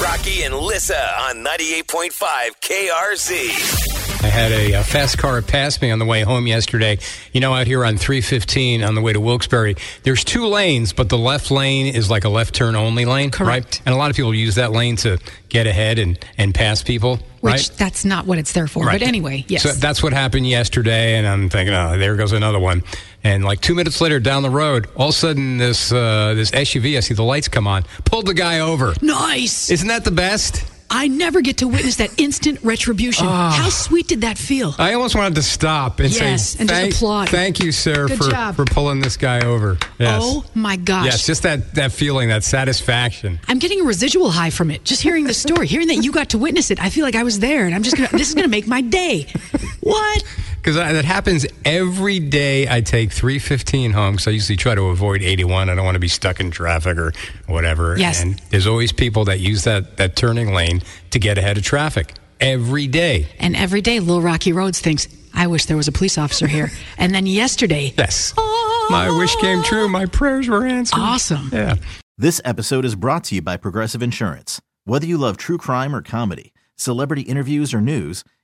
Rocky and Lissa on 98.5 KRZ. I had a, uh fast car pass me on the way home yesterday. You know, out here on 315 on the way to Wilkes-Barre, there's two lanes, but the left lane is like a left turn only lane, right? Correct. And a lot of people use that lane to get ahead and, and pass people, Which right? that's not what it's there for. Right. But anyway, yes. So that's what happened yesterday, and I'm thinking, oh, there goes another one. And like two minutes later, down the road, all of a sudden, this uh, this SUV, I see the lights come on, pulled the guy over. nice. Isn't that the best? I never get to witness that instant retribution. Ah. How sweet did that feel? I almost wanted to stop and Yes, say, and just thank, applaud. Thank you, sir, Good for, job. for pulling this guy over. Yes. Oh my gosh. Yes, just that, that feeling, that satisfaction. I'm getting a residual high from it. Just hearing the story, hearing that you got to witness it. I feel like I was there and I'm just going to this is going to make my day. What? Because that happens every day. I take 315 home because I usually try to avoid 81. I don't want to be stuck in traffic or whatever. Yes. And there's always people that use that, that turning lane to get ahead of traffic every day. And every day Little Rocky Roads thinks, "I wish there was a police officer here." and then yesterday, Yes. My wish came true. My prayers were answered. awesome. Yeah. This episode is brought to you by Progressive Insurance. Whether you love true crime or comedy, celebrity interviews or news,